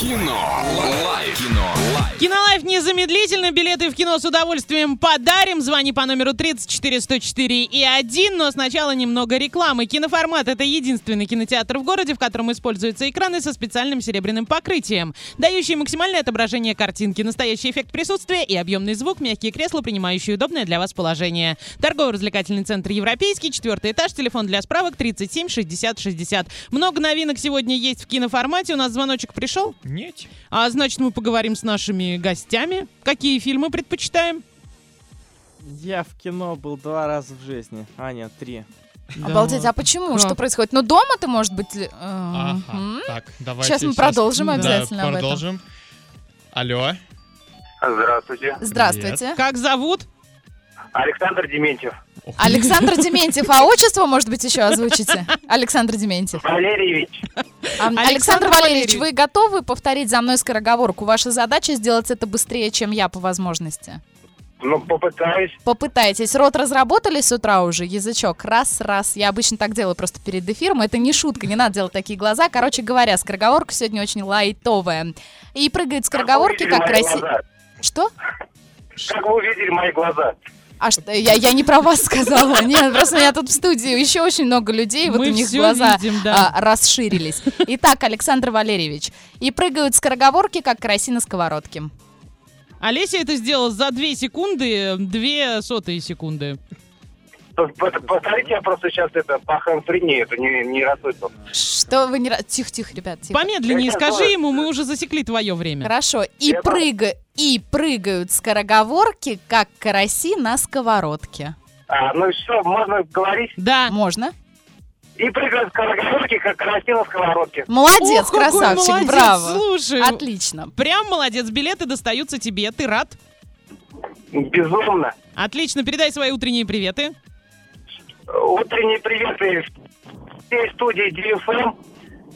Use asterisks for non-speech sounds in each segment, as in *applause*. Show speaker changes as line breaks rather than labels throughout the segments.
Кино. Лайф. Кино. Лайф.
Кинолайф незамедлительно. Билеты в кино с удовольствием подарим. Звони по номеру 34 104 и 1, но сначала немного рекламы. Киноформат — это единственный кинотеатр в городе, в котором используются экраны со специальным серебряным покрытием, дающие максимальное отображение картинки, настоящий эффект присутствия и объемный звук, мягкие кресла, принимающие удобное для вас положение. Торгово-развлекательный центр «Европейский», четвертый этаж, телефон для справок 37 60 60. Много новинок сегодня есть в киноформате. У нас звоночек пришел.
Нет.
А значит, мы поговорим с нашими гостями. Какие фильмы предпочитаем?
Я в кино был два раза в жизни. А, нет, три.
Обалдеть, а почему?
Да.
Что происходит? Ну, дома-то, может быть... ли- э,
Ага.
мгм.
Так, давайте.
Сейчас мы продолжим
Да,
обязательно
да,
об этом.
продолжим. Алло.
Здравствуйте.
Здравствуйте.
Как зовут?
Александр Дементьев.
Ох,
Александр Дементьев, а отчество, может быть, еще озвучите? Александр Дементьев.
Валерьевич.
А, Александр,
Александр
Валерьевич,
Валерьевич.
вы готовы повторить за мной скороговорку? Ваша задача сделать это быстрее, чем я, по возможности.
Ну, попытаюсь.
Попытайтесь. Рот разработали с утра уже? Язычок. Раз, раз. Я обычно так делаю просто перед эфиром. Это не шутка, не надо делать такие глаза. Короче говоря, скороговорка сегодня очень лайтовая. И прыгает скороговорки,
вы
как
увидели мои
красиво.
глаза?
Что?
Как вы увидели мои глаза?
А что, я, я не про вас *laughs* сказала. Нет, просто у меня тут в студии еще очень много людей, вот
Мы
у них
всё
глаза
видим, да.
а, расширились. Итак, Александр Валерьевич. И прыгают скороговорки, как караси на сковородке.
Олеся это сделала за 2 секунды, 2 сотые секунды.
П- п- Повторите, я просто сейчас это по ханфрине это не, не расслышал.
Что вы не... ра- Тихо-тихо, ребят, тихо.
Помедленнее
Я
скажи
знаю.
ему, мы уже засекли твое время.
Хорошо. И,
Я
прыга... и прыгают скороговорки, как караси на сковородке.
А, ну все, можно говорить.
Да.
Можно?
И прыгать скороговорки, как красиво в сковородке.
Молодец,
Ох, какой
красавчик,
молодец,
браво.
Слушай,
Отлично.
прям молодец, билеты достаются тебе, ты рад?
Безумно.
Отлично, передай свои утренние приветы.
Утренние приветы всей студии DFM,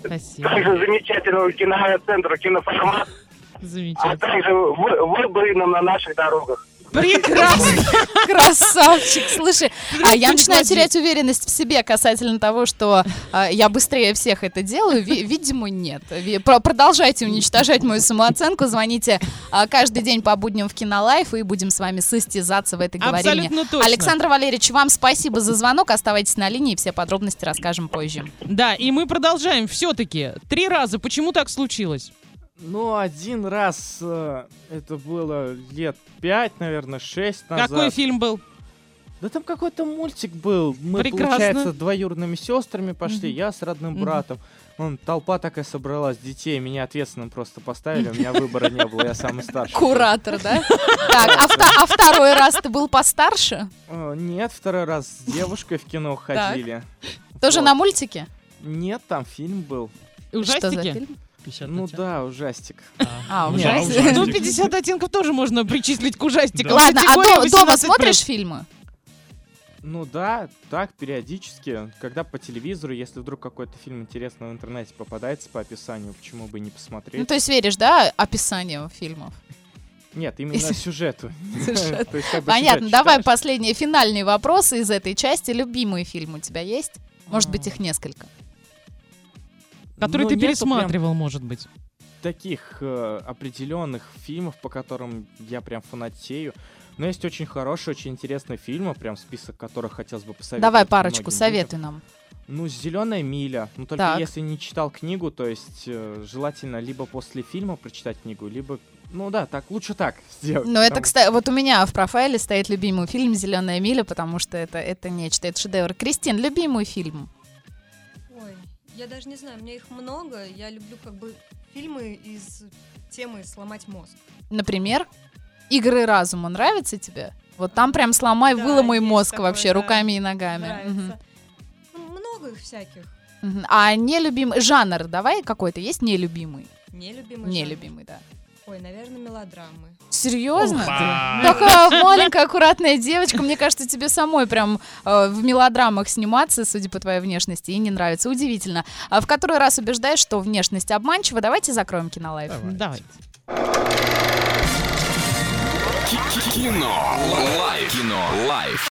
Спасибо,
также замечательного киноцентра киноформат, а
замечательно.
также вы- выборным на наших дорогах.
Прекрасно.
Красавчик, слушай, а я
не
начинаю
клади.
терять уверенность в себе касательно того, что а, я быстрее всех это делаю. Ви- Видимо, нет. Ви- про- Продолжайте уничтожать мою самооценку, звоните а, каждый день по будням в Кинолайф и будем с вами состязаться в этой говорении.
Абсолютно точно.
Александр Валерьевич, вам спасибо за звонок, оставайтесь на линии, все подробности расскажем позже.
Да, и мы продолжаем все-таки. Три раза. Почему так случилось?
Ну, один раз э, это было лет пять, наверное, шесть назад.
Какой фильм был?
Да там какой-то мультик был. Мы,
Прекрасно.
получается, двоюродными сестрами пошли, я с родным
Мгм.
братом. Вон, толпа такая собралась, детей, меня ответственным просто поставили,
*laughs*
у меня выбора не было, я самый старший.
Куратор, да? Так, а, вта- а второй раз ты был постарше?
Э, Нет, второй раз с девушкой в кино ходили.
Тоже
Вот.
на мультике?
Нет, там фильм был.
Что за
Ужастики?
фильм?
50
Ну
оттенков.
да, ужастик.
А,
Ну,
ужастик.
да,
Ну, 50 оттенков тоже можно причислить к ужастикам.
Да.
Ладно, а
Категория
до- дома
18+..
смотришь фильмы?
Ну да, так, периодически, когда по телевизору, если вдруг какой-то фильм интересный в интернете попадается по описанию, почему бы не
Ну,
посмотреть?
то есть веришь, да, описанию фильмов?
Нет, именно
Если- *laughs*
сюжету.
Сюжет.
*laughs* То есть как бы
Понятно,
сюжет
давай
читаешь.
последний, финальный вопрос из этой части. Любимый фильм у тебя есть? Может быть, их несколько.
Который
Ну,
ты
нету прям
пересматривал, может быть.
таких э, определенных фильмов, по которым я прям фанатею. Но есть очень хорошие, очень интересные фильмы, прям список которых хотелось бы посоветовать.
Давай парочку,
многим
советуй нам.
людям. Ну, «Зеленая миля». Ну, только
Так.
если не читал книгу, то есть э, желательно либо после фильма прочитать книгу, либо... Ну да, так, лучше так *laughs* сделать.
Ну, это,
потому
кстати, вот у меня в профайле стоит любимый фильм «Зеленая миля», потому что это, это нечто, это шедевр. Кристин, любимый фильм?
Ой, я даже не знаю, у меня их много. Я люблю как бы фильмы из темы «Сломать мозг».
Например, «Игры разума» нравится тебе? Вот там прям сломай,
Да,
выломай
есть
мозг
такое,
вообще
да.
руками и ногами.
Нравится. Ну, Много их всяких.
Мгм. Мгм. А нелюбимый жанр давай какой-то есть нелюбимый?
Нелюбимый
Нелюбимый, да.
Ой, наверное, мелодрамы.
Серьезно?
Опа.
Такая маленькая, аккуратная девочка. Мне кажется, тебе самой прям э, в мелодрамах сниматься, судя по твоей внешности, и не нравится. Удивительно. А в который раз убеждаешь, что внешность обманчива. Давайте закроем кинолайф.
Давай.
Давай.
Кино. Лайф. Кино. Лайф.